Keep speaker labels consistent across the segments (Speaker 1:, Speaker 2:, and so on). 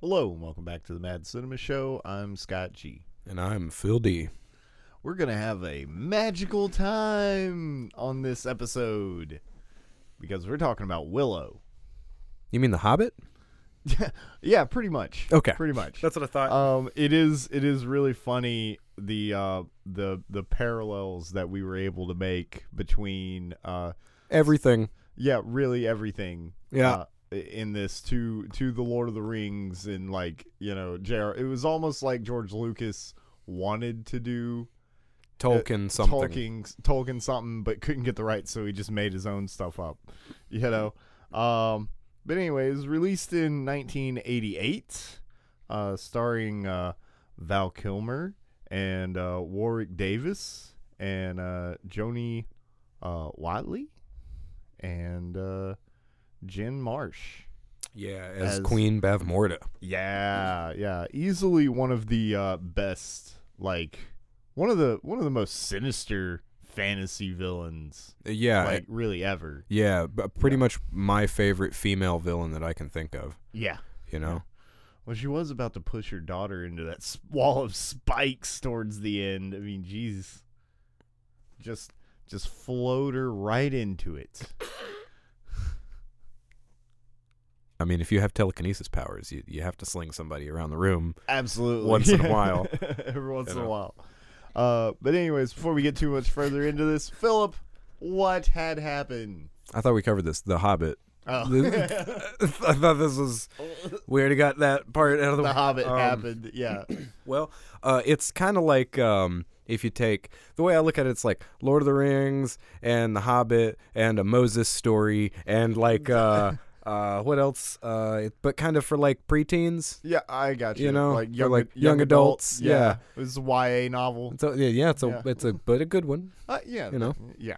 Speaker 1: Hello and welcome back to the Mad Cinema Show. I'm Scott G.
Speaker 2: And I'm Phil D.
Speaker 1: We're gonna have a magical time on this episode because we're talking about Willow.
Speaker 2: You mean The Hobbit?
Speaker 1: Yeah, pretty much.
Speaker 2: Okay.
Speaker 1: pretty much.
Speaker 2: what I thought.
Speaker 1: um, it is it is really funny the uh, the the parallels that we were able to make between uh,
Speaker 2: Everything.
Speaker 1: yeah really everything
Speaker 2: Yeah.
Speaker 1: uh, i- in this to to the Lord of the Rings and like you know J.R. It was almost like George Lucas wanted to do
Speaker 2: Tolkien something.
Speaker 1: Tolkien Tolkien something, but couldn't get the rights, so he just made his own stuff up. You know. Um, but anyways, released in 1988, uh, starring uh, Val Kilmer and uh, Warwick Davis and uh, Joni uh, Watley and uh, Jen Marsh.
Speaker 2: Yeah, as,
Speaker 1: as-
Speaker 2: Queen Bev Morda.
Speaker 1: Yeah, yeah, easily one of the uh, best, like one of the one of the most sinister fantasy villains,
Speaker 2: Uh, Yeah.
Speaker 1: like
Speaker 2: I-
Speaker 1: really ever.
Speaker 2: yeah, but pretty much my favorite female villain that I can think of,
Speaker 1: Yeah.
Speaker 2: you know?
Speaker 1: Well, she was about to push her daughter into that s- wall of spikes towards the end. I mean, jeez, just just float her right into it.
Speaker 2: I mean, if you have telekinesis powers, you, you have to sling somebody around the room.
Speaker 1: Absolutely.
Speaker 2: Once in a while.
Speaker 1: Every once
Speaker 2: You
Speaker 1: in a
Speaker 2: know.
Speaker 1: while. Uh, but anyways, before we get too much further into this, Philip, what had happened?
Speaker 2: I thought we covered this, The Hobbit.
Speaker 1: Oh.
Speaker 2: I thought this was. We already got that part out of the
Speaker 1: The Hobbit
Speaker 2: um,
Speaker 1: happened. Yeah.
Speaker 2: Well, uh, it's kind of like um, if you take the way I look at it, it's like Lord of the Rings and The Hobbit and a Moses story and like uh, uh, what else? Uh, it, but kind of for like preteens.
Speaker 1: Yeah, I got you.
Speaker 2: You know,
Speaker 1: like
Speaker 2: for,
Speaker 1: young,
Speaker 2: like,
Speaker 1: young,
Speaker 2: young
Speaker 1: adults.
Speaker 2: adults, yeah.
Speaker 1: It was a YA novel.
Speaker 2: So yeah, yeah, it's a
Speaker 1: Yeah.
Speaker 2: it's a but a good one.
Speaker 1: Uh, yeah.
Speaker 2: You know?
Speaker 1: th- Yeah.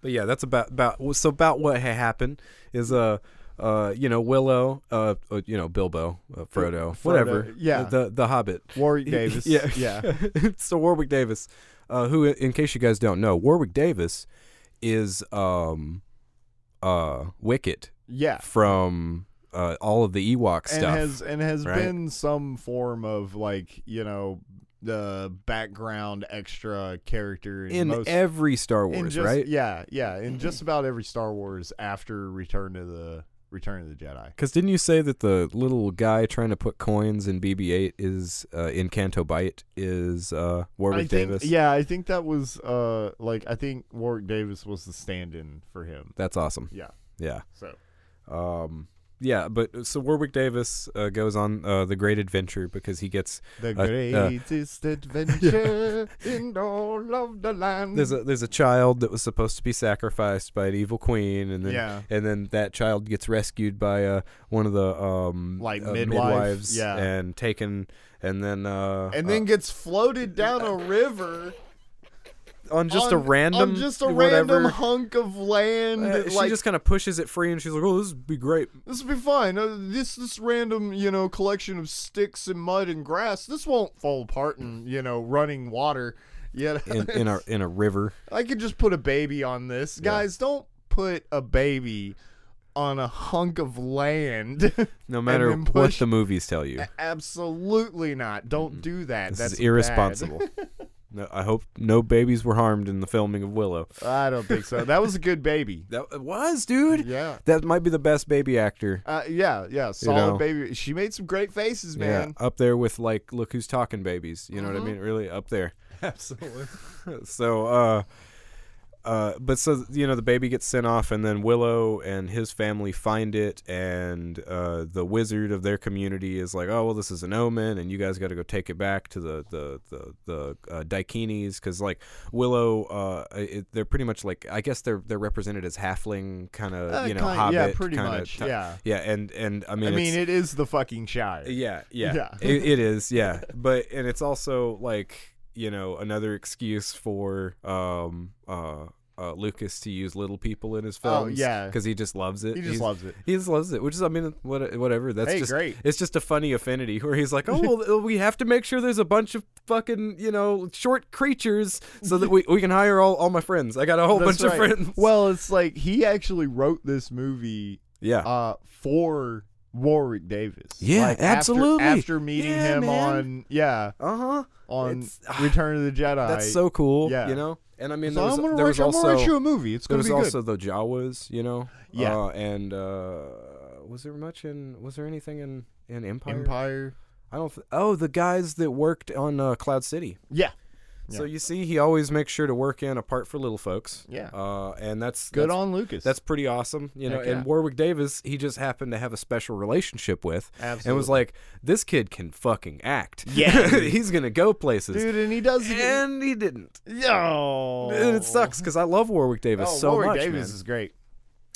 Speaker 2: But yeah, that's about about so about what ha- happened is uh uh you know Willow uh, uh you know Bilbo uh, Frodo, whatever
Speaker 1: yeah.
Speaker 2: the the Hobbit
Speaker 1: Warwick Davis.
Speaker 2: yeah,
Speaker 1: Yeah.
Speaker 2: so Warwick Davis, uh, who, in case you guys don't know, Warwick Davis is um, uh, Wicket
Speaker 1: Yeah.
Speaker 2: from uh, all of the
Speaker 1: And
Speaker 2: Ewok stuff.
Speaker 1: has and has
Speaker 2: right?
Speaker 1: been some form of like, you know, the background extra character in,
Speaker 2: in
Speaker 1: most
Speaker 2: every Star
Speaker 1: in
Speaker 2: Wars,
Speaker 1: just-
Speaker 2: right?
Speaker 1: Yeah, yeah. In just about every Star Wars after Return to the Return of the Jedi.
Speaker 2: Because didn't you say that the little guy trying to put coins in BB-8 is uh, in Canto Bight is uh, Warwick
Speaker 1: I think,
Speaker 2: Davis?
Speaker 1: Yeah, I think that was uh like I think Warwick Davis was the stand in for him.
Speaker 2: that's awesome.
Speaker 1: Yeah.
Speaker 2: Yeah.
Speaker 1: So
Speaker 2: Um, yeah, but so Warwick Davis uh, goes on uh, the great adventure because he gets
Speaker 1: The
Speaker 2: uh,
Speaker 1: greatest adventure in all of the land.
Speaker 2: there's a there's a child that was supposed to be sacrificed by an evil queen, and then
Speaker 1: Yeah.
Speaker 2: and then that child gets rescued by uh, one of the um
Speaker 1: Like
Speaker 2: uh,
Speaker 1: midwife,
Speaker 2: midwives,
Speaker 1: yeah.
Speaker 2: and taken, and then uh,
Speaker 1: and
Speaker 2: uh,
Speaker 1: then gets floated down a river.
Speaker 2: uh, on just a
Speaker 1: on-
Speaker 2: random
Speaker 1: on just a
Speaker 2: whatever,
Speaker 1: random hunk of land.
Speaker 2: uh, she
Speaker 1: like
Speaker 2: just kind of pushes it free, and she's like, "Oh, this would be great."
Speaker 1: this will be fine. Uh, this this random you know collection of sticks and mud and grass. This won't fall apart in you know running water. Yeah,
Speaker 2: In, in a in a river,
Speaker 1: I could just put a baby on this. Guys, don't put a baby on a hunk of land.
Speaker 2: no
Speaker 1: and
Speaker 2: matter
Speaker 1: then
Speaker 2: what
Speaker 1: push-
Speaker 2: the movies tell you,
Speaker 1: Absolutely not. Don't do that.
Speaker 2: this
Speaker 1: That's
Speaker 2: is
Speaker 1: bad.
Speaker 2: irresponsible. no, I hope no babies were harmed in the filming of Willow.
Speaker 1: I don't think so. That was a good baby.
Speaker 2: That it was, dude.
Speaker 1: Yeah.
Speaker 2: That might be the best baby actor.
Speaker 1: Uh, yeah, yeah, solid
Speaker 2: know.
Speaker 1: baby. She made some great faces, man.
Speaker 2: Yeah, up there with like look who's talking babies. You know what I mean? Really up there.
Speaker 1: Uh-huh. Absolutely.
Speaker 2: so uh uh but so you know the baby gets sent off and then Willow and his family find it and uh the wizard of their community is like, "Oh, well this is an omen and you guys got to go take it back to the the the the uh, Daikinis cuz like Willow uh it, they're pretty much like I guess they're they're represented as halfling kind of, you know,
Speaker 1: Uh, yeah,
Speaker 2: hobbit
Speaker 1: pretty
Speaker 2: kinda
Speaker 1: much.
Speaker 2: ti-
Speaker 1: yeah.
Speaker 2: Yeah, and and I
Speaker 1: I
Speaker 2: mean it's-
Speaker 1: mean, it is the fucking Shire.
Speaker 2: yeah, yeah.
Speaker 1: Yeah.
Speaker 2: It, it is, yeah. But and it's also like, you know, another excuse for um uh, uh Lucas to use little people in his
Speaker 1: Oh,
Speaker 2: films
Speaker 1: yeah.
Speaker 2: cuz he just loves it.
Speaker 1: He just
Speaker 2: He's-
Speaker 1: loves it.
Speaker 2: He just loves it, which is I mean what whatever. That's
Speaker 1: Hey,
Speaker 2: just
Speaker 1: great.
Speaker 2: it's just a funny affinity where he's like, "Oh, well, we have to make sure there's a bunch of fucking, you know, short creatures so that we, we can hire all, all my friends. I got a whole
Speaker 1: That's
Speaker 2: bunch
Speaker 1: right.
Speaker 2: of friends."
Speaker 1: Well, it's like he actually wrote this movie
Speaker 2: yeah.
Speaker 1: uh, for Warwick Davis.
Speaker 2: Yeah,
Speaker 1: Like,
Speaker 2: absolutely.
Speaker 1: After, after meeting
Speaker 2: Yeah,
Speaker 1: him
Speaker 2: man.
Speaker 1: on yeah
Speaker 2: Uh huh.
Speaker 1: on
Speaker 2: It's- ah,
Speaker 1: Return of the Jedi.
Speaker 2: That's so cool.
Speaker 1: uh-huh. yeah.
Speaker 2: You know. And I mean,
Speaker 1: So
Speaker 2: there was,
Speaker 1: I'm gonna
Speaker 2: there
Speaker 1: write,
Speaker 2: was
Speaker 1: you- I'm
Speaker 2: also
Speaker 1: gonna write you a movie. It's
Speaker 2: there
Speaker 1: gonna
Speaker 2: was
Speaker 1: be
Speaker 2: also the Jawas. You know.
Speaker 1: Yeah.
Speaker 2: Uh, and uh, was there much in? Was there anything in in
Speaker 1: good.
Speaker 2: Empire?
Speaker 1: Empire.
Speaker 2: I don't. Th- oh, the guys that worked on uh, Cloud City.
Speaker 1: Yeah,
Speaker 2: So you see, he always makes sure to work in a part for little folks.
Speaker 1: yeah.
Speaker 2: Uh, and that's
Speaker 1: Good
Speaker 2: that's,
Speaker 1: on Lucas.
Speaker 2: That's pretty awesome, you know.
Speaker 1: Heck yeah.
Speaker 2: And Warwick Davis, he just happened to have a special relationship with,
Speaker 1: absolutely.
Speaker 2: and was like, "This kid can fucking act.
Speaker 1: Yeah.
Speaker 2: he's gonna go places."
Speaker 1: dude, and he does. it.
Speaker 2: And he didn't.
Speaker 1: Yo,
Speaker 2: And it sucks because I love Warwick Davis
Speaker 1: Oh,
Speaker 2: so
Speaker 1: Warwick
Speaker 2: much.
Speaker 1: Davis is great.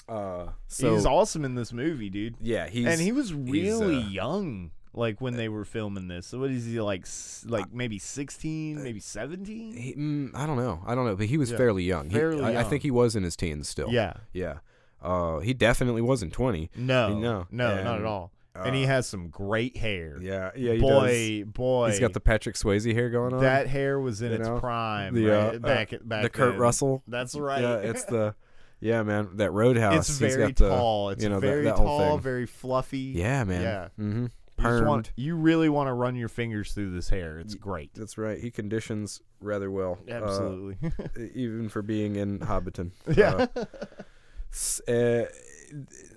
Speaker 2: man. Uh, so
Speaker 1: he's awesome in this movie, dude.
Speaker 2: yeah, he's
Speaker 1: and he was really
Speaker 2: uh,
Speaker 1: young, like when they were filming this. So what is he like? s- Like maybe sixteen, maybe seventeen.
Speaker 2: he- mm, I don't know. I don't know, but he was
Speaker 1: Yeah.
Speaker 2: fairly young. He-
Speaker 1: Fairly
Speaker 2: I, I
Speaker 1: young.
Speaker 2: think he was in his teens still.
Speaker 1: Yeah.
Speaker 2: Yeah. Uh, he definitely wasn't 20.
Speaker 1: No.
Speaker 2: No.
Speaker 1: No. not at
Speaker 2: And, uh,
Speaker 1: all. and he has some great hair.
Speaker 2: Yeah. Yeah. He does.
Speaker 1: boy, boy.
Speaker 2: He's got the Patrick Swayze hair going on.
Speaker 1: that hair was in
Speaker 2: you
Speaker 1: its
Speaker 2: know,
Speaker 1: prime.
Speaker 2: the, uh,
Speaker 1: right? back at back
Speaker 2: the Kurt
Speaker 1: then.
Speaker 2: Russell.
Speaker 1: That's right.
Speaker 2: Yeah, it's the yeah, man. That
Speaker 1: it's
Speaker 2: Roadhouse. he's
Speaker 1: very
Speaker 2: got the,
Speaker 1: tall. It's
Speaker 2: you know, that-
Speaker 1: very
Speaker 2: that whole
Speaker 1: tall,
Speaker 2: thing.
Speaker 1: very fluffy.
Speaker 2: Yeah, man.
Speaker 1: Yeah.
Speaker 2: Mm-hmm.
Speaker 1: You, just
Speaker 2: Permed.
Speaker 1: want, you really want to run your fingers through this hair. It's great.
Speaker 2: That's right. He conditions rather well. uh,
Speaker 1: Absolutely.
Speaker 2: even for being in Hobbiton.
Speaker 1: yeah.
Speaker 2: s- uh,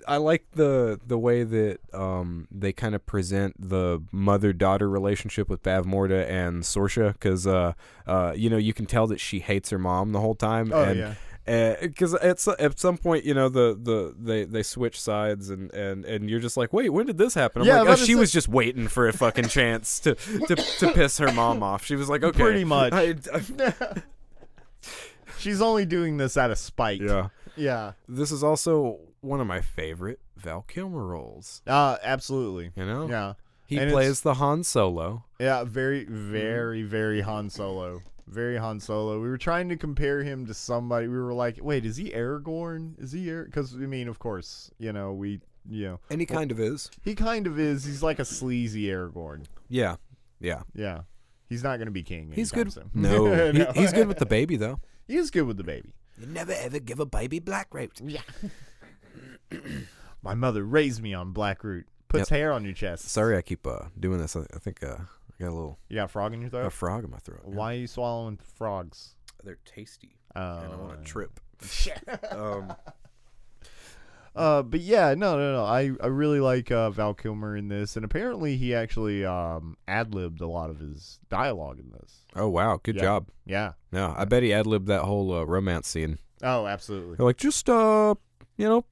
Speaker 2: I like the the way that um, they kind of present the mother daughter relationship with Bav Morda and Sorsha because uh, uh, you know you can tell that she hates her mom the whole time.
Speaker 1: Oh, yeah.
Speaker 2: and, Because at so- at some point you know the, the they, they switch sides and, and, and you're just like wait when did this happen? I'm
Speaker 1: Yeah, I'm
Speaker 2: like oh
Speaker 1: about to
Speaker 2: she
Speaker 1: say-
Speaker 2: was just waiting for a fucking chance to, to to piss her mom off. She was like okay
Speaker 1: Pretty much.
Speaker 2: I- I-
Speaker 1: She's only doing this out of spite.
Speaker 2: yeah.
Speaker 1: Yeah.
Speaker 2: This is also one of my favorite Val Kilmer roles.
Speaker 1: Uh, absolutely.
Speaker 2: You know?
Speaker 1: Yeah.
Speaker 2: He
Speaker 1: And
Speaker 2: plays the Han Solo.
Speaker 1: Yeah, very,
Speaker 2: Mm-hmm.
Speaker 1: very, very Han Solo. Very Han Solo. We were trying to compare him to somebody. We were like, wait, is he Aragorn? Is he Aragorn? Because, I mean, of course, you know, we, you know,
Speaker 2: And he kind of is.
Speaker 1: he kind of is. He's like a sleazy Aragorn.
Speaker 2: Yeah. Yeah.
Speaker 1: Yeah. He's not going to be king.
Speaker 2: He's
Speaker 1: anytime
Speaker 2: good.
Speaker 1: Soon.
Speaker 2: No.
Speaker 1: No.
Speaker 2: He- he's good with the baby, though.
Speaker 1: He is good with the baby.
Speaker 2: You never ever give a baby black root.
Speaker 1: My mother raised me on Blackroot. Puts hair on your chest.
Speaker 2: Sorry, I keep uh, doing this. I, I think uh, I got a little
Speaker 1: You got a frog in your
Speaker 2: a
Speaker 1: throat?
Speaker 2: frog in my throat.
Speaker 1: Why are you swallowing frogs?
Speaker 2: They're tasty.
Speaker 1: Uh,
Speaker 2: And I want to trip. um,
Speaker 1: Uh, but yeah, no, no, no. I, I really like uh, Val Kilmer in this, and apparently he actually um, ad libbed a lot of his dialogue in this.
Speaker 2: oh, wow. Good
Speaker 1: Yeah.
Speaker 2: job.
Speaker 1: Yeah.
Speaker 2: No, I bet he ad libbed that whole uh, romance scene.
Speaker 1: Oh, absolutely.
Speaker 2: They're like, just, uh, you know,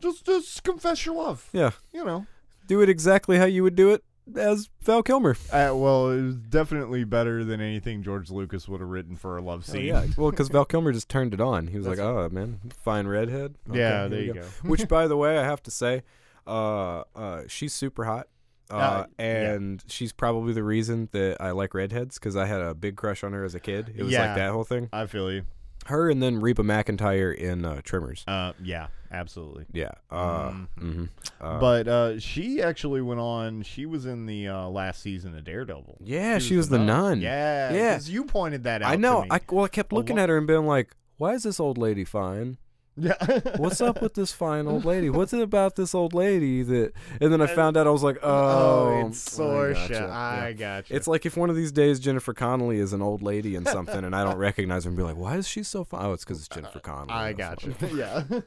Speaker 1: Just just confess your love.
Speaker 2: yeah,
Speaker 1: You know.
Speaker 2: do it exactly how you would do it as Val Kilmer.
Speaker 1: Uh, well, it was definitely better than anything George Lucas would have written for a love
Speaker 2: Oh,
Speaker 1: scene.
Speaker 2: yeah, well, because Val Kilmer just turned it on. He was
Speaker 1: That's
Speaker 2: like, "Oh man, fine redhead." Okay,
Speaker 1: Yeah,
Speaker 2: here
Speaker 1: there
Speaker 2: we
Speaker 1: you go.
Speaker 2: Which, by the way, I have to say, uh, uh, she's super hot, uh,
Speaker 1: Uh, yeah.
Speaker 2: and she's probably the reason that I like redheads because I had a big crush on her as a kid. It was
Speaker 1: Yeah.
Speaker 2: like that whole thing.
Speaker 1: I feel you.
Speaker 2: Her and then Reba McIntyre in uh, Tremors.
Speaker 1: Uh, yeah, absolutely.
Speaker 2: Yeah. Uh, mhm. Uh,
Speaker 1: Mm. but uh, she actually went on. She was in the uh, last season of Daredevil.
Speaker 2: yeah, she was the nun.
Speaker 1: Yeah,
Speaker 2: Yeah.
Speaker 1: 'cause you pointed that out.
Speaker 2: I
Speaker 1: to
Speaker 2: know.
Speaker 1: me.
Speaker 2: I well, I kept
Speaker 1: A
Speaker 2: looking
Speaker 1: lo-
Speaker 2: at her and being like, "Why is this old lady fine?"
Speaker 1: Yeah.
Speaker 2: what's up with this fine old lady? What's it about this old lady that? And then I found out I was like, oh,
Speaker 1: Oh, it's Sorsha.
Speaker 2: gotcha.
Speaker 1: I
Speaker 2: Yeah.
Speaker 1: gotcha.
Speaker 2: It's like if one of these days Jennifer Connelly is an old lady and something, and I don't recognize her and be like, why is she so fine? Oh, it's because it's Jennifer Connelly.
Speaker 1: I
Speaker 2: That's
Speaker 1: gotcha. yeah.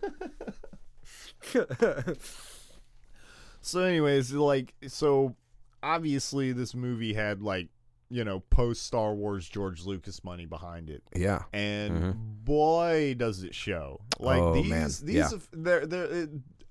Speaker 1: so, anyways, like, so obviously this movie had like you know post Star Wars George Lucas money behind it,
Speaker 2: why. Yeah.
Speaker 1: and boy does it show. Like
Speaker 2: Mm-hmm. Oh,
Speaker 1: these,
Speaker 2: man.
Speaker 1: these,
Speaker 2: Yeah.
Speaker 1: eff- they're they're. It,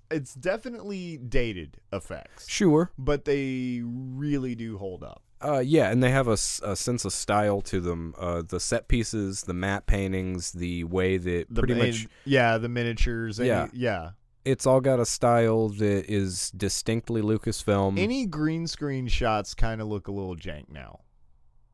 Speaker 1: it's definitely dated effects,
Speaker 2: Sure.
Speaker 1: but they really do hold up.
Speaker 2: Uh, yeah, and they have a, s- a sense of style to them. Uh, the set pieces, the matte paintings, the way that
Speaker 1: The
Speaker 2: pretty
Speaker 1: min-
Speaker 2: much
Speaker 1: yeah, the miniatures, any, yeah,
Speaker 2: Yeah. it's all got a style that is distinctly Lucasfilm.
Speaker 1: Any green screen shots kind of look a little jank now.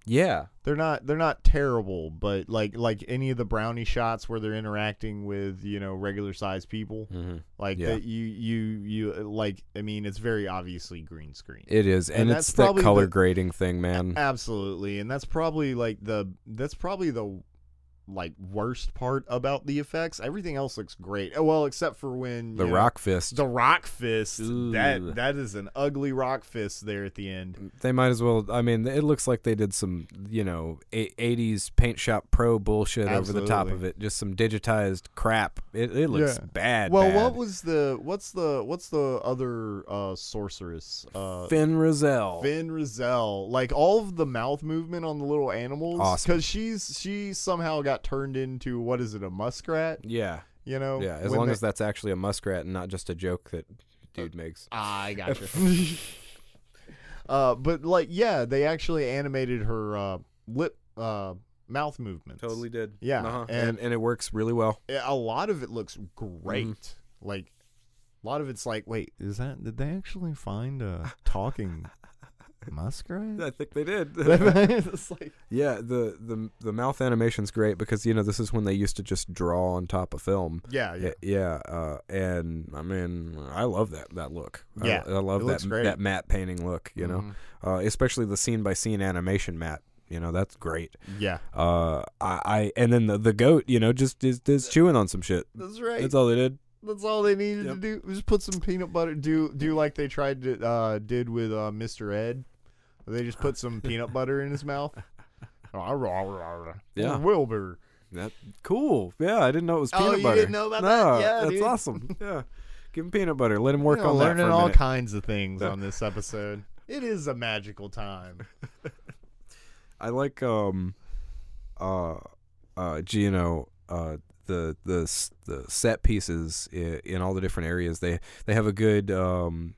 Speaker 2: yeah.
Speaker 1: they're not they're not terrible, but like like any of the brownie shots where they're interacting with you know regular sized people,
Speaker 2: Mm-hmm.
Speaker 1: like
Speaker 2: Yeah.
Speaker 1: that you you you uh, like I mean it's very obviously green screen.
Speaker 2: It is, and,
Speaker 1: And that's
Speaker 2: it's that
Speaker 1: probably
Speaker 2: color
Speaker 1: the-
Speaker 2: grading thing, man.
Speaker 1: Absolutely, and that's probably like the that's probably the like worst part about the effects. Everything else looks great. Oh, well, except for when
Speaker 2: The
Speaker 1: you know,
Speaker 2: rock fist.
Speaker 1: the rock fist.
Speaker 2: Ooh.
Speaker 1: That that is an ugly rock fist there at the end.
Speaker 2: They might as well. I mean, it looks like they did some, you know, a- 80s paint shop pro bullshit over the top of
Speaker 1: Absolutely.
Speaker 2: it. Just some digitized crap. It, it looks
Speaker 1: Yeah.
Speaker 2: bad.
Speaker 1: Well,
Speaker 2: bad.
Speaker 1: what was the what's the what's the other uh sorceress? Uh
Speaker 2: Finn Rizal?
Speaker 1: Finn Rizal, like all of the mouth movement on the little animals, because
Speaker 2: Awesome.
Speaker 1: she's she somehow got turned into what is it, a muskrat?
Speaker 2: yeah,
Speaker 1: You know,
Speaker 2: yeah. As
Speaker 1: when
Speaker 2: long
Speaker 1: they-
Speaker 2: as that's actually a muskrat and not just a joke that dude makes.
Speaker 1: Ah, I gotcha. uh, but like, yeah, they actually animated her uh, lip, uh, mouth movements.
Speaker 2: Totally did.
Speaker 1: Yeah,
Speaker 2: Uh-huh. And,
Speaker 1: and-
Speaker 2: and it works really well.
Speaker 1: Yeah, A lot of it looks great. Like, a lot of it's like, wait, is that? Did they actually find a talking muskrat?
Speaker 2: I think they did.
Speaker 1: it's like,
Speaker 2: yeah, the, the the mouth animation's great because you know this is when they used to just draw on top of film.
Speaker 1: yeah, yeah.
Speaker 2: Yeah, yeah uh, and I mean, I love that that look. I-
Speaker 1: Yeah,
Speaker 2: I, love
Speaker 1: it
Speaker 2: that
Speaker 1: looks great.
Speaker 2: that matte painting look. You know,
Speaker 1: Mhm.
Speaker 2: uh, especially the scene by scene animation matte. You know, that's great.
Speaker 1: yeah.
Speaker 2: Uh, I, I and then the, the goat. You know, just is, is chewing on some shit.
Speaker 1: That's right.
Speaker 2: That's all they did.
Speaker 1: That's all they needed
Speaker 2: Yep.
Speaker 1: to do. Just put some peanut butter. Do do like they tried to uh, did with uh, Mr. Ed. They just put some peanut butter in his mouth.
Speaker 2: Yeah.
Speaker 1: Wilbur.
Speaker 2: That cool. Yeah, I didn't know it was
Speaker 1: Oh,
Speaker 2: peanut
Speaker 1: you
Speaker 2: butter.
Speaker 1: didn't know about
Speaker 2: no,
Speaker 1: that? Yeah,
Speaker 2: that's
Speaker 1: dude.
Speaker 2: awesome. Yeah, give him peanut butter. Let him work
Speaker 1: You know,
Speaker 2: on that
Speaker 1: learning
Speaker 2: for a
Speaker 1: all
Speaker 2: minute.
Speaker 1: kinds of things on this episode. It is a magical time.
Speaker 2: I like um uh uh Gino uh the the s- the set pieces in, in all the different areas they they have a good um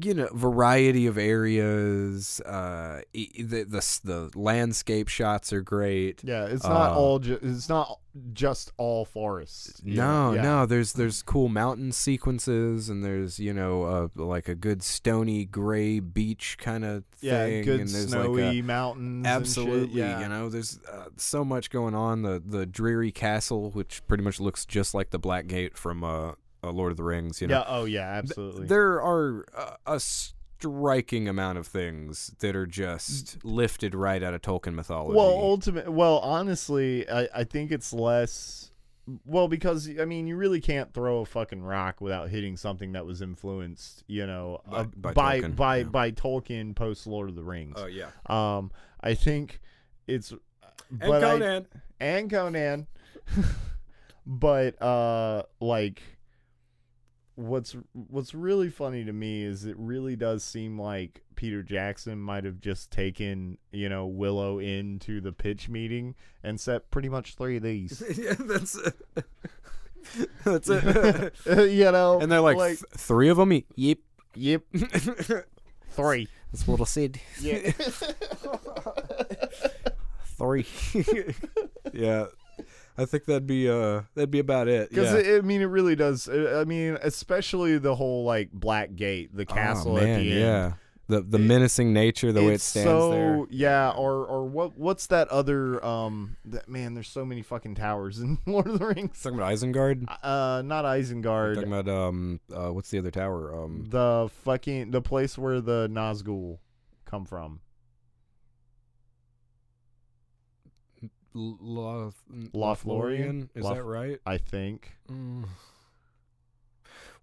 Speaker 2: you know variety of areas uh e- e- the the, s- the landscape shots are great
Speaker 1: Yeah, it's not
Speaker 2: Uh,
Speaker 1: all. Ju- it's not just all forests. you know?
Speaker 2: no
Speaker 1: Yeah.
Speaker 2: no there's there's cool mountain sequences and there's you know uh, like a good stony gray beach kind of
Speaker 1: Yeah,
Speaker 2: thing
Speaker 1: good
Speaker 2: and there's like a-
Speaker 1: snowy mountains. and shit,
Speaker 2: Absolutely,
Speaker 1: yeah.
Speaker 2: you know, there's uh, so much going on. The the dreary castle, which pretty much looks just like the Black Gate from uh, uh, Lord of the Rings. You know,
Speaker 1: Yeah. Oh yeah. Absolutely.
Speaker 2: there are uh, a striking amount of things that are just lifted right out of Tolkien mythology.
Speaker 1: Mm. Well, ultimate. Well, honestly, I, I think it's less. Well, because I mean, you really can't throw a fucking rock without hitting something that was influenced, you know,
Speaker 2: By-
Speaker 1: uh,
Speaker 2: by
Speaker 1: by
Speaker 2: Tolkien,
Speaker 1: by,
Speaker 2: yeah.
Speaker 1: by Tolkien post Lord of the Rings.
Speaker 2: oh yeah,
Speaker 1: Um, I think it's
Speaker 2: and
Speaker 1: but I-
Speaker 2: Conan.
Speaker 1: and Conan, but uh, like what's what's really funny to me is it really does seem like Peter Jackson might have just taken you know Willow into the pitch meeting and set pretty much three of these.
Speaker 2: yeah, that's that's it.
Speaker 1: you know,
Speaker 2: and they're like, "Th- three of them. Yep.
Speaker 1: yep, three.
Speaker 2: That's little Sid.
Speaker 1: Yeah.
Speaker 2: three. yeah, I think that'd be uh that'd be about it.
Speaker 1: Because
Speaker 2: yeah.
Speaker 1: I mean, it really does. uh, I I mean, especially the whole like Black Gate, the
Speaker 2: Oh,
Speaker 1: castle
Speaker 2: man,
Speaker 1: at the end.
Speaker 2: Yeah, the the menacing nature, the way it
Speaker 1: It's
Speaker 2: stands
Speaker 1: so,
Speaker 2: there.
Speaker 1: Yeah, or or what what's that other um that man, there's so many fucking towers in Lord of the Rings.
Speaker 2: Talking about Isengard.
Speaker 1: Uh not Isengard.
Speaker 2: Talking about um uh what's the other tower? Um
Speaker 1: The fucking the place where the Nazgul come from.
Speaker 2: L- Loth-
Speaker 1: Lothlorien?
Speaker 2: Is
Speaker 1: Loth-
Speaker 2: that right?
Speaker 1: I think.
Speaker 2: Mm.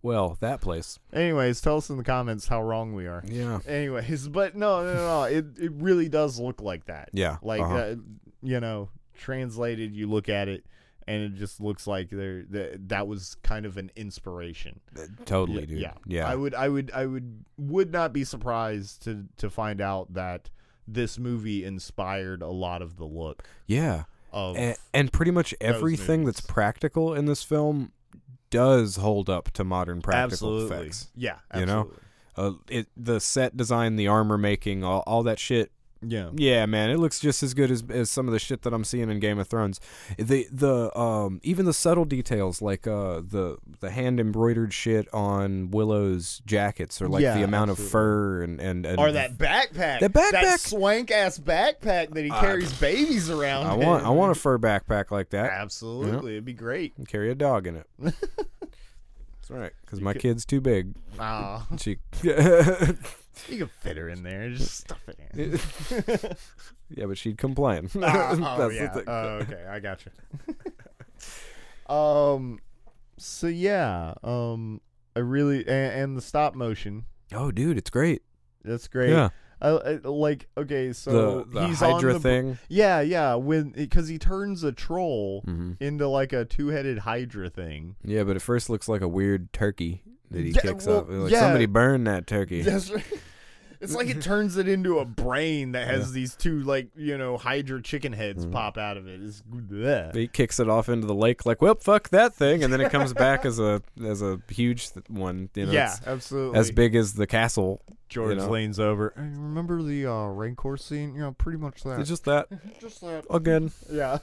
Speaker 2: Well, that place.
Speaker 1: Anyways, tell us in the comments how wrong we are.
Speaker 2: Yeah.
Speaker 1: Anyways, but no, no, no, it it really does look like that.
Speaker 2: Yeah.
Speaker 1: Like
Speaker 2: uh-huh.
Speaker 1: uh, you know, translated, you look at it, and it just looks like there that, that was kind of an inspiration.
Speaker 2: totally,
Speaker 1: yeah,
Speaker 2: dude.
Speaker 1: yeah.
Speaker 2: Yeah.
Speaker 1: I would I would I would would not be surprised to to find out that this movie inspired a lot of the look
Speaker 2: yeah.
Speaker 1: of
Speaker 2: and, and pretty much everything that's
Speaker 1: movies.
Speaker 2: practical in this film does hold up to modern practical
Speaker 1: absolutely
Speaker 2: effects.
Speaker 1: yeah
Speaker 2: You know?
Speaker 1: absolutely.
Speaker 2: Uh, it the set design, the armor making, all, all that shit.
Speaker 1: yeah
Speaker 2: Yeah, man, it looks just as good as, as some of the shit that I'm seeing in Game of Thrones. The the um even the subtle details like uh the the hand embroidered shit on Willow's jackets or like
Speaker 1: Yeah,
Speaker 2: the amount of
Speaker 1: absolutely.
Speaker 2: fur and and, and
Speaker 1: or that backpack
Speaker 2: That backpack-
Speaker 1: that swank ass backpack that he
Speaker 2: I-
Speaker 1: carries babies around
Speaker 2: I want
Speaker 1: in.
Speaker 2: I want a fur backpack like that
Speaker 1: absolutely it'd be great
Speaker 2: and carry a dog in it. That's right, because my
Speaker 1: could-
Speaker 2: kid's too big.
Speaker 1: Ah.
Speaker 2: She
Speaker 1: You can fit her in there. Just stuff it in.
Speaker 2: yeah, but she'd complain.
Speaker 1: Ah, oh,
Speaker 2: That's the
Speaker 1: yeah.
Speaker 2: thing.
Speaker 1: Oh, okay, I got you. um, so yeah, um, I really and, and the stop motion.
Speaker 2: oh, dude, it's great.
Speaker 1: That's great.
Speaker 2: Yeah,
Speaker 1: I, I- like okay, so
Speaker 2: the, the
Speaker 1: he's
Speaker 2: Hydra
Speaker 1: on the,
Speaker 2: thing.
Speaker 1: Yeah, yeah. When because he turns a troll
Speaker 2: hmm
Speaker 1: into like a two-headed Hydra thing.
Speaker 2: Yeah, but it first looks like a weird turkey that he
Speaker 1: Yeah,
Speaker 2: kicks
Speaker 1: well,
Speaker 2: up. Like
Speaker 1: yeah.
Speaker 2: somebody burned that turkey.
Speaker 1: That's right. It's like it turns it into a brain that has these two like you know Hydra chicken heads
Speaker 2: Mhm.
Speaker 1: pop out of it. It's bleh.
Speaker 2: He kicks it off into the lake like, well, fuck that thing, and then it comes back as a as a huge th- one. You know,
Speaker 1: yeah,
Speaker 2: it's
Speaker 1: absolutely.
Speaker 2: as big as the castle.
Speaker 1: George
Speaker 2: know.
Speaker 1: leans over. "Hey, remember the uh, Rancor scene? You know, pretty much that.
Speaker 2: It's just that
Speaker 1: just that.
Speaker 2: again.
Speaker 1: Yeah.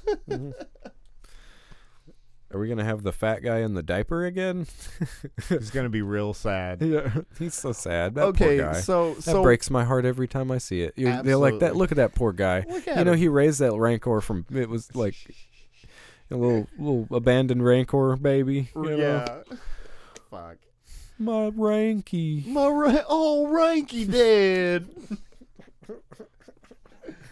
Speaker 2: Are we gonna have the fat guy in the diaper again?
Speaker 1: He's gonna be real sad.
Speaker 2: yeah, he's so sad. That
Speaker 1: okay,
Speaker 2: poor guy.
Speaker 1: so
Speaker 2: that
Speaker 1: so
Speaker 2: breaks my heart every time I see it. You're, they're like that.
Speaker 1: Absolutely.
Speaker 2: Look at that poor guy.
Speaker 1: Look at
Speaker 2: You know,
Speaker 1: him.
Speaker 2: he raised that rancor from it was like a little little abandoned rancor baby. you know?
Speaker 1: yeah. Fuck.
Speaker 2: my ranky.
Speaker 1: My ra- oh, Ranky dead.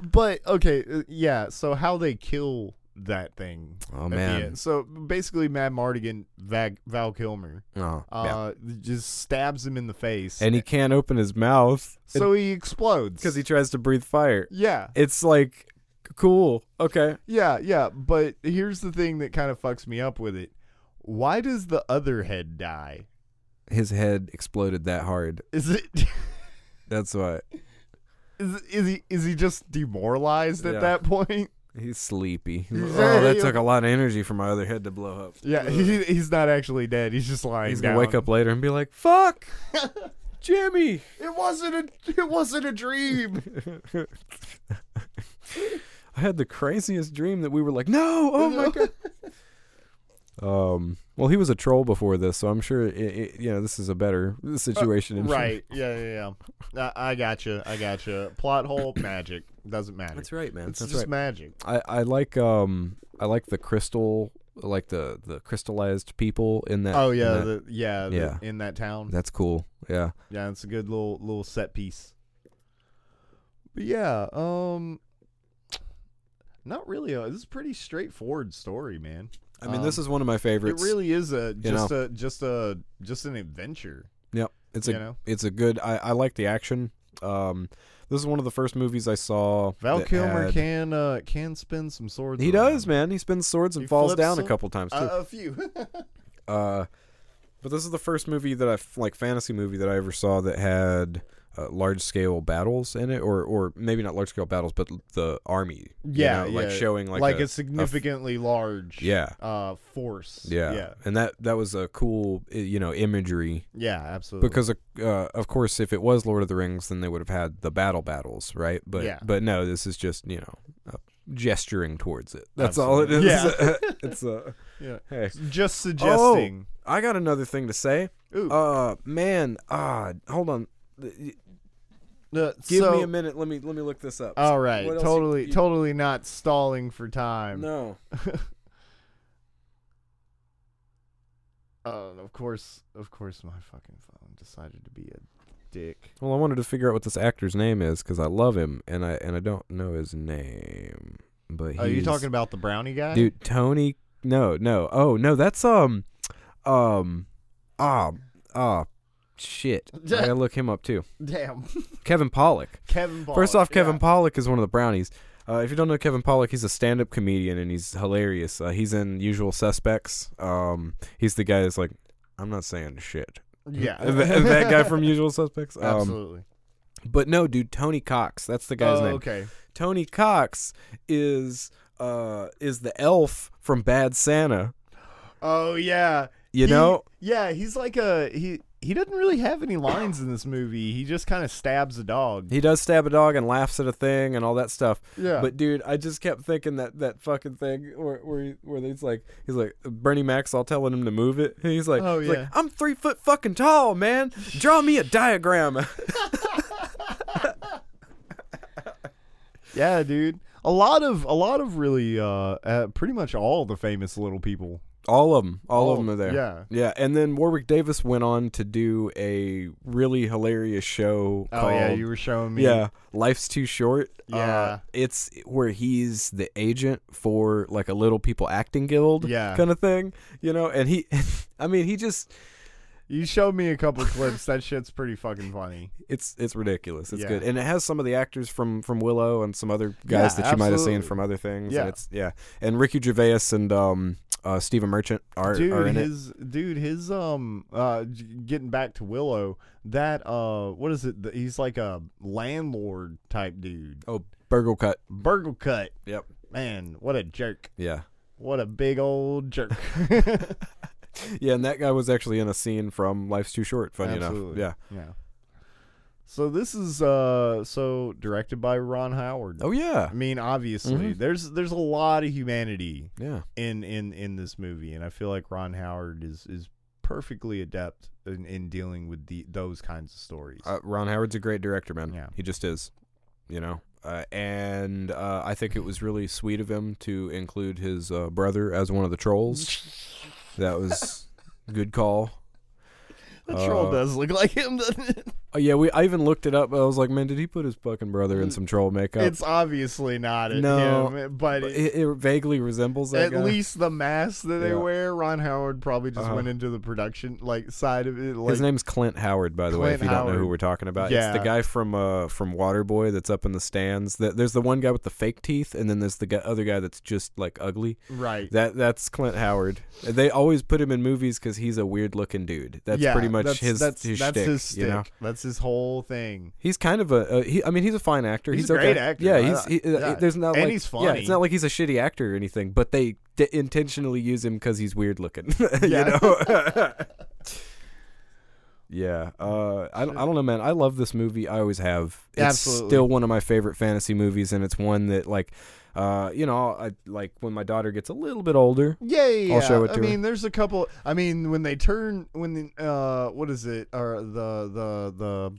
Speaker 1: but okay, uh, yeah. So how they kill that thing?
Speaker 2: Oh
Speaker 1: at the
Speaker 2: man.
Speaker 1: end. So basically, Matt Mardigan, Vag- Val Kilmer,
Speaker 2: Oh, yeah.
Speaker 1: uh, just stabs him in the face,
Speaker 2: And he can't open his mouth
Speaker 1: so he explodes.
Speaker 2: because he tries to breathe fire.
Speaker 1: yeah,
Speaker 2: It's like cool. Okay.
Speaker 1: yeah, yeah. But here's the thing that kind of fucks me up with it. Why does the other head die?
Speaker 2: His head exploded that hard.
Speaker 1: Is it
Speaker 2: That's why
Speaker 1: is, is he is he just demoralized at
Speaker 2: Yeah.
Speaker 1: that point?
Speaker 2: he's sleepy.
Speaker 1: He's
Speaker 2: oh, that
Speaker 1: very-
Speaker 2: took a lot of energy for my other head to blow up.
Speaker 1: Yeah,
Speaker 2: Ugh.
Speaker 1: he, he's not actually dead. He's just lying.
Speaker 2: He's gonna
Speaker 1: down.
Speaker 2: wake up later and be like, "Fuck, Jimmy."
Speaker 1: It wasn't a. It wasn't a dream.
Speaker 2: I had the craziest dream that we were like, "No, oh my god." Um, well, he was a troll before this, so I'm sure it, it, you know this is a better situation. in-
Speaker 1: right. Yeah. Yeah. Yeah. I, I gotcha. I gotcha. Plot hole. Magic doesn't matter.
Speaker 2: That's right, man.
Speaker 1: It's
Speaker 2: That's
Speaker 1: just
Speaker 2: right.
Speaker 1: magic.
Speaker 2: I, I like um I like the crystal like the the crystallized people in that.
Speaker 1: Oh
Speaker 2: in
Speaker 1: yeah.
Speaker 2: that-
Speaker 1: The, yeah. the-
Speaker 2: yeah.
Speaker 1: in that town.
Speaker 2: that's cool. Yeah.
Speaker 1: Yeah. It's a good little little set piece. But yeah. Um. Not really. A, this is a pretty straightforward story, man.
Speaker 2: I mean, this
Speaker 1: Um,
Speaker 2: is one of my favorites.
Speaker 1: It really is a
Speaker 2: you
Speaker 1: just a just a just an adventure.
Speaker 2: Yep. It's a
Speaker 1: you know,
Speaker 2: it's a good. I, I like the action. Um, this is one of the first movies I saw.
Speaker 1: Val
Speaker 2: that
Speaker 1: Kilmer
Speaker 2: had-
Speaker 1: can uh, can spin some swords.
Speaker 2: He
Speaker 1: around.
Speaker 2: does, man. He spins swords and
Speaker 1: He
Speaker 2: falls
Speaker 1: flips
Speaker 2: down a
Speaker 1: them.
Speaker 2: couple times too.
Speaker 1: Uh, a few.
Speaker 2: Uh, but this is the first movie that I f- like fantasy movie that I ever saw that had uh, large scale battles in it, or or maybe not large scale battles, but l- the army. you
Speaker 1: Yeah,
Speaker 2: know, like
Speaker 1: yeah.
Speaker 2: showing like,
Speaker 1: like,
Speaker 2: a,
Speaker 1: a, significantly large
Speaker 2: yeah,
Speaker 1: uh force.
Speaker 2: yeah,
Speaker 1: Yeah.
Speaker 2: and that that was a cool i- you know imagery
Speaker 1: Yeah, absolutely.
Speaker 2: because uh, uh, of course if it was Lord of the Rings, then they would have had the battle battles, right? But
Speaker 1: Yeah.
Speaker 2: but no, this is just you know. Uh, gesturing towards it that's all it is
Speaker 1: Absolutely.
Speaker 2: it's uh
Speaker 1: Yeah.
Speaker 2: hey
Speaker 1: just suggesting.
Speaker 2: i got another thing to say
Speaker 1: Ooh.
Speaker 2: Uh, man. Ah, hold on. Th-
Speaker 1: Uh,
Speaker 2: Give
Speaker 1: so-
Speaker 2: me a minute. Let me let me look this up.
Speaker 1: All right.
Speaker 2: What else you-
Speaker 1: Totally
Speaker 2: you-
Speaker 1: totally not stalling for time.
Speaker 2: No.
Speaker 1: Uh, of course, of course my fucking phone decided to be a dick.
Speaker 2: Well, I wanted to figure out what this actor's name is because I love him and I and I don't know his name. But he's,
Speaker 1: Are Oh, you talking about the brownie guy?
Speaker 2: dude Tony? No, no. Oh no, that's um, um, ah, ah, shit. I gotta look him up too.
Speaker 1: Damn.
Speaker 2: Kevin Pollock.
Speaker 1: Kevin Ball.
Speaker 2: First off, Kevin
Speaker 1: yeah.
Speaker 2: Pollock is one of the brownies. Uh, if you don't know Kevin Pollock, he's a stand-up comedian and he's hilarious. Uh, he's in Usual Suspects. Um, he's the guy that's like, I'm not saying shit.
Speaker 1: Yeah.
Speaker 2: that, that guy from Usual Suspects. Um,
Speaker 1: Absolutely.
Speaker 2: but no, dude, Tony Cox. That's the guy's
Speaker 1: oh,
Speaker 2: name.
Speaker 1: okay.
Speaker 2: Tony Cox is uh, is the elf from Bad Santa.
Speaker 1: Oh yeah.
Speaker 2: You
Speaker 1: He-
Speaker 2: know,
Speaker 1: yeah he's like a he he doesn't really have any lines in this movie he just kind of stabs a dog
Speaker 2: he does stab a dog and laughs at a thing and all that stuff.
Speaker 1: yeah
Speaker 2: But dude, I just kept thinking that that fucking thing where where, he, where he's like he's like Bernie Max all telling him to move it. And he's like,
Speaker 1: Oh,
Speaker 2: he's
Speaker 1: yeah.
Speaker 2: like I'm three foot fucking tall, man. Draw me a diagram.
Speaker 1: yeah dude a lot of a lot of really uh, uh pretty much all the famous little people
Speaker 2: All of them. All, of
Speaker 1: All-
Speaker 2: them are there.
Speaker 1: yeah.
Speaker 2: Yeah. And then Warwick Davis went on to do a really hilarious show
Speaker 1: Oh
Speaker 2: called
Speaker 1: yeah, you were showing me.
Speaker 2: Yeah, Life's Too Short. Uh,
Speaker 1: Yeah.
Speaker 2: it's where he's the agent for like a little people acting guild
Speaker 1: Yeah.
Speaker 2: kind of thing, you know, and he I mean, he just
Speaker 1: You showed me a couple clips. That shit's pretty fucking funny.
Speaker 2: it's it's ridiculous. It's
Speaker 1: Yeah.
Speaker 2: good. And it has some of the actors from from Willow and some other guys
Speaker 1: Yeah,
Speaker 2: that you might have seen
Speaker 1: absolutely.
Speaker 2: from other things.
Speaker 1: Yeah.
Speaker 2: And it's yeah. And Ricky Gervais and um uh Stephen Merchant are
Speaker 1: Dude,
Speaker 2: are in it.
Speaker 1: his dude, his um uh j- getting back to Willow, that uh what is it? The- He's like a landlord type dude.
Speaker 2: Oh, Burgle Cut.
Speaker 1: Burgle cut.
Speaker 2: Yep.
Speaker 1: Man, what a jerk.
Speaker 2: Yeah.
Speaker 1: What a big old jerk.
Speaker 2: Yeah, and that guy was actually in a scene from Life's Too Short, funny
Speaker 1: Absolutely.
Speaker 2: enough.
Speaker 1: yeah. So this is uh so directed by Ron Howard.
Speaker 2: Yeah. Oh yeah.
Speaker 1: I
Speaker 2: Mm-hmm.
Speaker 1: mean, obviously, there's there's a lot of humanity
Speaker 2: Yeah.
Speaker 1: in in in this movie, and I feel like Ron Howard is is perfectly adept in, in dealing with the those kinds of stories.
Speaker 2: Uh, Ron Howard's a great director, man.
Speaker 1: Yeah.
Speaker 2: He just is, you know. Uh, and uh, I think it was really sweet of him to include his uh, brother as one of the trolls. that was good call.
Speaker 1: the troll
Speaker 2: uh,
Speaker 1: does look like him, doesn't it?
Speaker 2: Oh yeah, we. I even looked it up. I was like, man, did he put his fucking brother in some troll makeup?
Speaker 1: Mm. It's obviously not at
Speaker 2: No,
Speaker 1: him, but it,
Speaker 2: it, it vaguely resembles that
Speaker 1: at
Speaker 2: guy.
Speaker 1: least the mask that they
Speaker 2: Yeah.
Speaker 1: wear, Ron Howard probably just
Speaker 2: Uh-huh.
Speaker 1: went into the production like side of it. Like,
Speaker 2: His name's Clint Howard, by the way. If you
Speaker 1: Clint
Speaker 2: don't know who
Speaker 1: Howard.
Speaker 2: we're talking about, it's
Speaker 1: Yeah.
Speaker 2: the guy from uh, from Waterboy that's up in the stands. That there's the one guy with the fake teeth, and then there's the guy, other guy that's just like ugly.
Speaker 1: right?
Speaker 2: That that's Clint Howard. They always put him in movies because he's a weird looking dude. That's
Speaker 1: Yeah,
Speaker 2: pretty much
Speaker 1: that's,
Speaker 2: his
Speaker 1: That's
Speaker 2: his
Speaker 1: that's
Speaker 2: shtick,
Speaker 1: his stick.
Speaker 2: You know,
Speaker 1: That's his whole thing.
Speaker 2: he's kind of a. a he, I mean, he's a fine actor.
Speaker 1: He's
Speaker 2: He's,
Speaker 1: a great
Speaker 2: okay.
Speaker 1: actor.
Speaker 2: Yeah,
Speaker 1: I-
Speaker 2: he's he, uh,
Speaker 1: yeah.
Speaker 2: there's not
Speaker 1: And
Speaker 2: like
Speaker 1: he's
Speaker 2: Yeah, it's
Speaker 1: funny.
Speaker 2: not like he's a shitty actor or anything. But they d- intentionally use him because he's weird looking. you
Speaker 1: Yeah.
Speaker 2: know. Yeah, uh, I, don't- I don't know, man. I love this movie. I always have. It's
Speaker 1: Absolutely.
Speaker 2: still one of my favorite fantasy movies, and it's one that, like, uh, you know, I like when my daughter gets a little bit older.
Speaker 1: Yeah, yeah.
Speaker 2: I'll
Speaker 1: yeah.
Speaker 2: show it
Speaker 1: I
Speaker 2: to her.
Speaker 1: mean, there's a couple. I mean, when they turn, when the, uh, what is it? Or the the the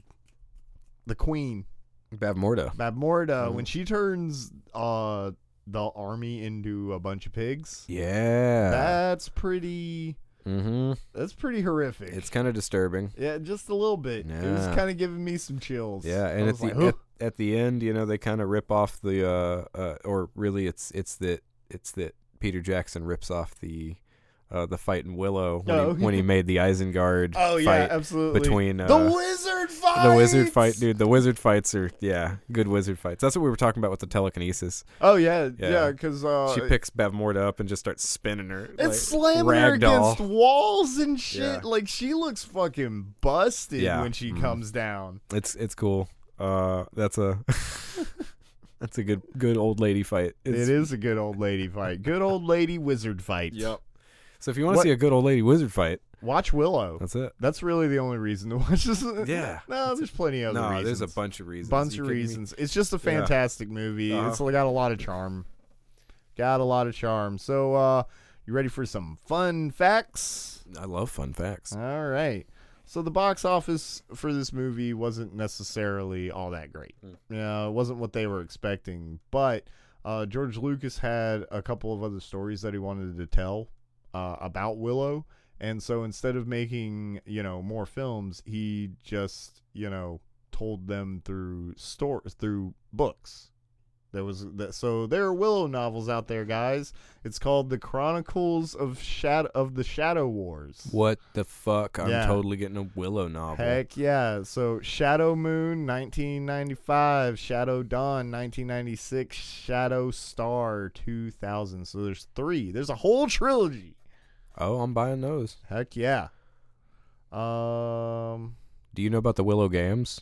Speaker 1: the queen
Speaker 2: Bav Morda.
Speaker 1: Babmorda
Speaker 2: Mhm.
Speaker 1: when she turns uh the army into a bunch of pigs.
Speaker 2: Yeah.
Speaker 1: That's pretty.
Speaker 2: mm-hmm.
Speaker 1: That's pretty horrific.
Speaker 2: It's kind of disturbing.
Speaker 1: yeah, just a little bit. It was
Speaker 2: Yeah.
Speaker 1: kind of giving me some chills.
Speaker 2: Yeah,
Speaker 1: I
Speaker 2: and at
Speaker 1: was
Speaker 2: the
Speaker 1: like,
Speaker 2: at,
Speaker 1: "Ugh."
Speaker 2: at the end, you know, they kind of rip off the uh, uh, or really, it's it's that it's that Peter Jackson rips off the uh, the fight in Willow when,
Speaker 1: Oh.
Speaker 2: he, when he made the Isengard
Speaker 1: oh yeah,
Speaker 2: fight
Speaker 1: absolutely.
Speaker 2: between uh,
Speaker 1: the wizard fight.
Speaker 2: the wizard fight, dude. The wizard fights are yeah, good wizard fights. That's what we were talking about with the telekinesis.
Speaker 1: Oh yeah,
Speaker 2: Yeah.
Speaker 1: yeah, because uh,
Speaker 2: she picks Bev Morda up and just starts spinning her.
Speaker 1: It's
Speaker 2: like,
Speaker 1: slamming her
Speaker 2: ragdoll.
Speaker 1: against walls and shit.
Speaker 2: Yeah.
Speaker 1: Like she looks fucking busted
Speaker 2: Yeah.
Speaker 1: when she
Speaker 2: Mhm.
Speaker 1: comes down.
Speaker 2: It's it's cool. Uh, that's a that's a good good old lady fight. It's,
Speaker 1: It's, a good old lady fight. Good old lady wizard fight.
Speaker 2: So if you want to
Speaker 1: What-
Speaker 2: see a good old lady wizard fight,
Speaker 1: Watch Willow.
Speaker 2: that's it.
Speaker 1: That's really the only reason to watch this.
Speaker 2: Yeah.
Speaker 1: No, there's plenty of
Speaker 2: no,
Speaker 1: other reasons.
Speaker 2: there's a bunch of reasons.
Speaker 1: bunch
Speaker 2: You
Speaker 1: of
Speaker 2: kidding me?
Speaker 1: reasons. It's just a
Speaker 2: Yeah.
Speaker 1: fantastic movie.
Speaker 2: Uh-huh.
Speaker 1: It's got a lot of charm. Got a lot of charm. So, uh, you ready for some fun facts?
Speaker 2: I love fun facts.
Speaker 1: All right. So the box office for this movie wasn't necessarily all that great. Yeah, it wasn't what they were expecting. But uh, George Lucas had a couple of other stories that he wanted to tell uh, about Willow, and so instead of making you know more films, he just you know told them through store through books. There was that, so there are Willow novels out there, guys. It's called the Chronicles of Shadow of the Shadow Wars.
Speaker 2: What the fuck? I'm
Speaker 1: Yeah.
Speaker 2: totally getting a Willow novel.
Speaker 1: Heck yeah. So Shadow Moon 1995, Shadow Dawn 1996, Shadow Star 2000. So there's three. There's a whole trilogy.
Speaker 2: Oh, I'm buying those.
Speaker 1: Heck yeah. Um
Speaker 2: Do you know about the Willow games?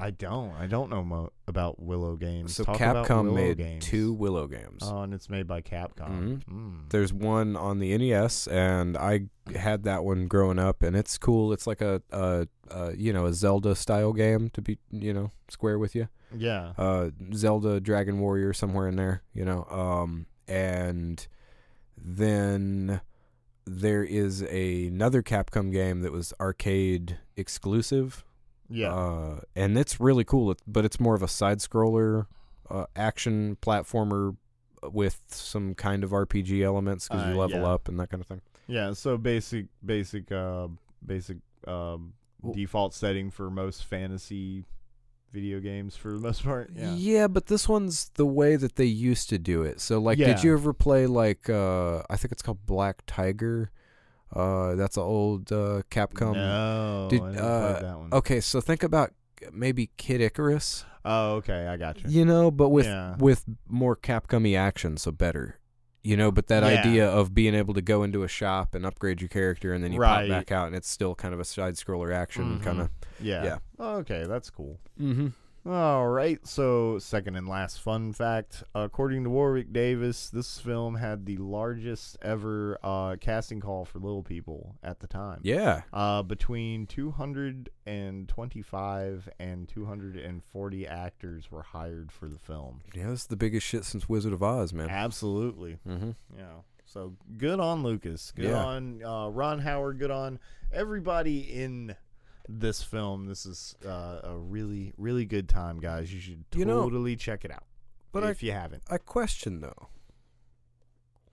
Speaker 1: I don't. I don't know mo- about Willow games.
Speaker 2: So
Speaker 1: Talk about
Speaker 2: Capcom
Speaker 1: Willow
Speaker 2: made
Speaker 1: games.
Speaker 2: two Mm-hmm. Willow games.
Speaker 1: Oh, and it's made by Capcom. Mm.
Speaker 2: There's one on the NES, and I had that one growing up, and it's cool. It's like a, a, a you know, a Zelda style game to be, you know, square with you.
Speaker 1: Yeah.
Speaker 2: Uh, Zelda Dragon Warrior somewhere in there, you know. Um, and then there is another Capcom game that was arcade exclusive.
Speaker 1: Yeah.
Speaker 2: Uh, and it's really cool, it- but it's more of a side scroller uh, action platformer with some kind of RPG elements because
Speaker 1: Uh,
Speaker 2: you level
Speaker 1: yeah.
Speaker 2: up and that kind of thing.
Speaker 1: Yeah, so basic, basic, uh, basic um,
Speaker 2: Well-
Speaker 1: default setting for most fantasy video games for the most part.
Speaker 2: Yeah.
Speaker 1: Yeah,
Speaker 2: but this one's the way that they used to do it. So like
Speaker 1: Yeah.
Speaker 2: did you ever play like uh I think it's called Black Tiger? Uh that's an old uh Capcom.
Speaker 1: No,
Speaker 2: Did-
Speaker 1: I never
Speaker 2: uh,
Speaker 1: played that one.
Speaker 2: Okay, so think about maybe Kid Icarus,
Speaker 1: Oh, okay, I got you.
Speaker 2: you know, but with
Speaker 1: yeah,
Speaker 2: with more Capcomy action, so better. You know, but that
Speaker 1: Yeah.
Speaker 2: idea of being able to go into a shop and upgrade your character and then you
Speaker 1: Right.
Speaker 2: pop back out and it's still kind of a side scroller action
Speaker 1: Mhm.
Speaker 2: kind of.
Speaker 1: yeah,
Speaker 2: yeah.
Speaker 1: Okay, that's cool.
Speaker 2: Mhm.
Speaker 1: All right, so second and last fun fact. According to Warwick Davis, this film had the largest ever uh, casting call for little people at the time.
Speaker 2: Yeah.
Speaker 1: Uh, between 225 and 240 actors were hired for the film.
Speaker 2: Yeah, this is the biggest shit since Wizard of Oz, man.
Speaker 1: Absolutely.
Speaker 2: Mm-hmm.
Speaker 1: Yeah. So good on Lucas. Good
Speaker 2: Yeah.
Speaker 1: on uh, Ron Howard. Good on everybody in this film. This is uh, a really, really good time, guys. You should
Speaker 2: You know-
Speaker 1: totally check it out.
Speaker 2: But I
Speaker 1: if you haven't,
Speaker 2: I question though.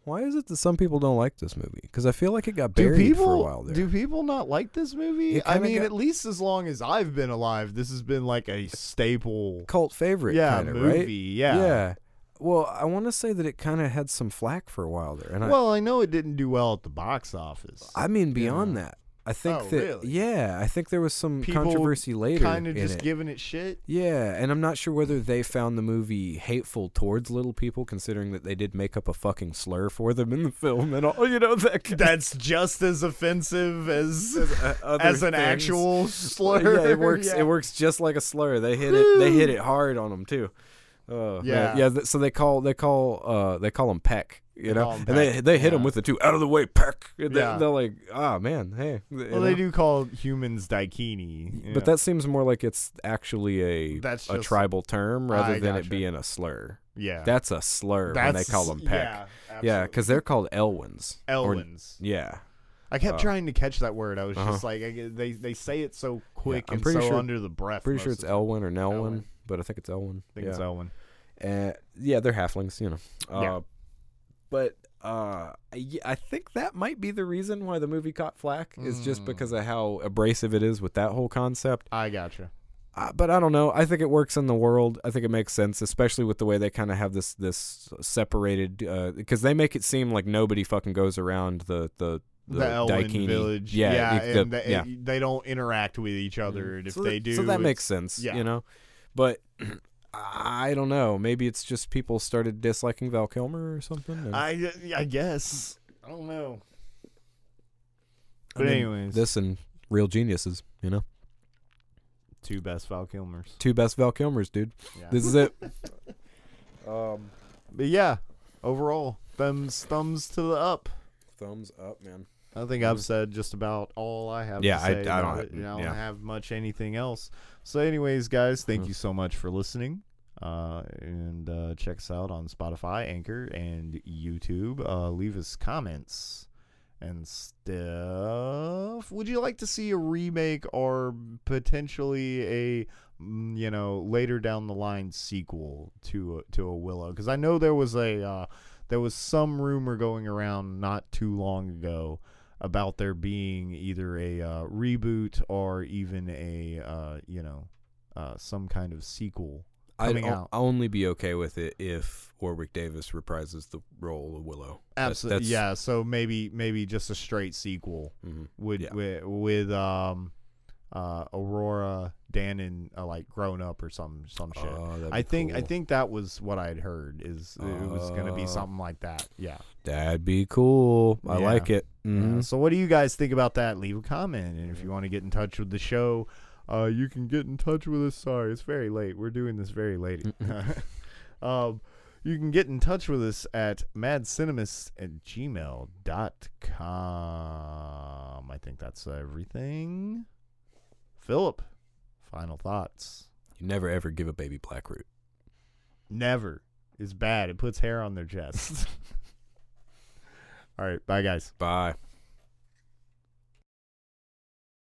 Speaker 2: Why is it that some people don't like this movie? Because I feel like it got
Speaker 1: do
Speaker 2: buried
Speaker 1: people
Speaker 2: for a while there.
Speaker 1: do people not like this movie?
Speaker 2: It
Speaker 1: I
Speaker 2: kinda
Speaker 1: mean,
Speaker 2: got-
Speaker 1: at least as long as I've been alive, this has been like a staple.
Speaker 2: Cult favorite,
Speaker 1: Yeah,
Speaker 2: kinda,
Speaker 1: movie.
Speaker 2: right?
Speaker 1: Yeah.
Speaker 2: Well, I want to say that it kind of had some flack for a while there, and I.
Speaker 1: Well, I know it didn't do well at the box office.
Speaker 2: I mean, beyond
Speaker 1: Yeah.
Speaker 2: that, I think
Speaker 1: Oh,
Speaker 2: that
Speaker 1: really?
Speaker 2: yeah, I think there was some
Speaker 1: People
Speaker 2: controversy later.
Speaker 1: Kind of
Speaker 2: in
Speaker 1: just
Speaker 2: it.
Speaker 1: giving it shit.
Speaker 2: Yeah, and I'm not sure whether they found the movie hateful towards little people, considering that they did make up a fucking slur for them in the film and all. You know that.
Speaker 1: That's just as offensive as
Speaker 2: uh, other
Speaker 1: as an
Speaker 2: things.
Speaker 1: actual slur.
Speaker 2: Uh, Yeah, it works.
Speaker 1: Yeah.
Speaker 2: It works just like a slur. They hit it. They hit it hard on them too. Oh, yeah,
Speaker 1: Yeah.
Speaker 2: yeah. Th- so they call they call uh they call them peck. You know,
Speaker 1: call 'em
Speaker 2: and they
Speaker 1: peck,
Speaker 2: they hit
Speaker 1: yeah.
Speaker 2: them with the two out of the way peck. And They,
Speaker 1: Yeah.
Speaker 2: They're like, ah man, hey. you
Speaker 1: Well, they
Speaker 2: know?
Speaker 1: do call humans daikini. yeah.
Speaker 2: But that seems more like it's actually a
Speaker 1: That's
Speaker 2: a
Speaker 1: just-
Speaker 2: tribal term rather
Speaker 1: I
Speaker 2: than
Speaker 1: gotcha.
Speaker 2: it being a slur.
Speaker 1: yeah,
Speaker 2: That's a slur when they call them peck.
Speaker 1: Yeah,
Speaker 2: because they're called Elwins. or-
Speaker 1: Elwins.
Speaker 2: yeah,
Speaker 1: I kept
Speaker 2: uh,
Speaker 1: trying to catch that word. I was
Speaker 2: uh-huh.
Speaker 1: just like, I, get- they they say it so quick
Speaker 2: I'm
Speaker 1: and
Speaker 2: pretty
Speaker 1: so
Speaker 2: sure-
Speaker 1: under the breath.
Speaker 2: pretty sure
Speaker 1: most
Speaker 2: it's
Speaker 1: of the
Speaker 2: Elwin or Nelwin,
Speaker 1: Elwin.
Speaker 2: but I think it's Elwin.
Speaker 1: time. I think
Speaker 2: yeah.
Speaker 1: it's Elwin.
Speaker 2: Uh, yeah, they're halflings, you know. Uh,
Speaker 1: Yeah.
Speaker 2: But uh, I, y- I think that might be the reason why the movie caught flack is just
Speaker 1: Mm.
Speaker 2: because of how abrasive it is with that whole concept.
Speaker 1: I gotcha.
Speaker 2: Uh, but I don't know. I think it works in the world. I think it makes sense, especially with the way they kind of have this this separated because they make it seem like nobody fucking goes around the the
Speaker 1: The, Elwin
Speaker 2: Daikini.
Speaker 1: village.
Speaker 2: Yeah, it- the-
Speaker 1: and they,
Speaker 2: yeah.
Speaker 1: they don't interact with each other, and if
Speaker 2: Mm. so
Speaker 1: they
Speaker 2: that,
Speaker 1: do,
Speaker 2: so that
Speaker 1: it's-
Speaker 2: makes sense,
Speaker 1: yeah.
Speaker 2: you know. But I don't know. Maybe it's just people started disliking Val Kilmer or something. and-
Speaker 1: I I guess I don't know.
Speaker 2: I
Speaker 1: But
Speaker 2: mean,
Speaker 1: anyways,
Speaker 2: this and Real Geniuses, you know,
Speaker 1: two best Val Kilmers.
Speaker 2: two best Val Kilmers, dude.
Speaker 1: Yeah.
Speaker 2: This is it. um,
Speaker 1: But yeah, overall, thumbs thumbs to the up.
Speaker 2: thumbs up, man.
Speaker 1: I think I've said just about all I have.
Speaker 2: Yeah,
Speaker 1: to
Speaker 2: I-
Speaker 1: say
Speaker 2: I
Speaker 1: about
Speaker 2: don't-
Speaker 1: it, and I don't
Speaker 2: yeah.
Speaker 1: have much anything else. So, anyways, guys, thank
Speaker 2: Mhm.
Speaker 1: you so much for listening. Uh, and uh, check us out on Spotify, Anchor, and YouTube. Uh, leave us comments and stuff. Would you like to see a remake or potentially a mm, you know later down the line sequel to a, to a Willow? Because I know there was a uh, there was some rumor going around not too long ago about there being either a uh, reboot or even a uh, you know uh, some kind of sequel.
Speaker 2: I'd
Speaker 1: Coming
Speaker 2: o-
Speaker 1: out.
Speaker 2: only be okay with it if Warwick Davis reprises the role of Willow. That-
Speaker 1: Absolutely,
Speaker 2: that's-
Speaker 1: yeah. So maybe maybe just a straight sequel
Speaker 2: mhm.
Speaker 1: would
Speaker 2: Yeah.
Speaker 1: with, with um uh Aurora Dannon uh, like grown up or some some shit.
Speaker 2: Oh, that'd
Speaker 1: I
Speaker 2: be
Speaker 1: think I
Speaker 2: cool.
Speaker 1: think that was what I had heard is it was going to
Speaker 2: Uh,
Speaker 1: be something like that. Yeah.
Speaker 2: that'd be cool. I
Speaker 1: Yeah.
Speaker 2: like it. Mhm.
Speaker 1: Yeah, Uh, So what do you guys think about that? Leave a comment, and if you want to get in touch with the show, uh, you can get in touch with us. Sorry, it's very late. We're doing this very late. um, you can get in touch with us at madcinemas at gmail.com. I think that's everything. Philip, final thoughts.
Speaker 2: You never ever give a baby black root.
Speaker 1: Never is bad. It puts hair on their chest. All right. Bye, guys.
Speaker 2: Bye.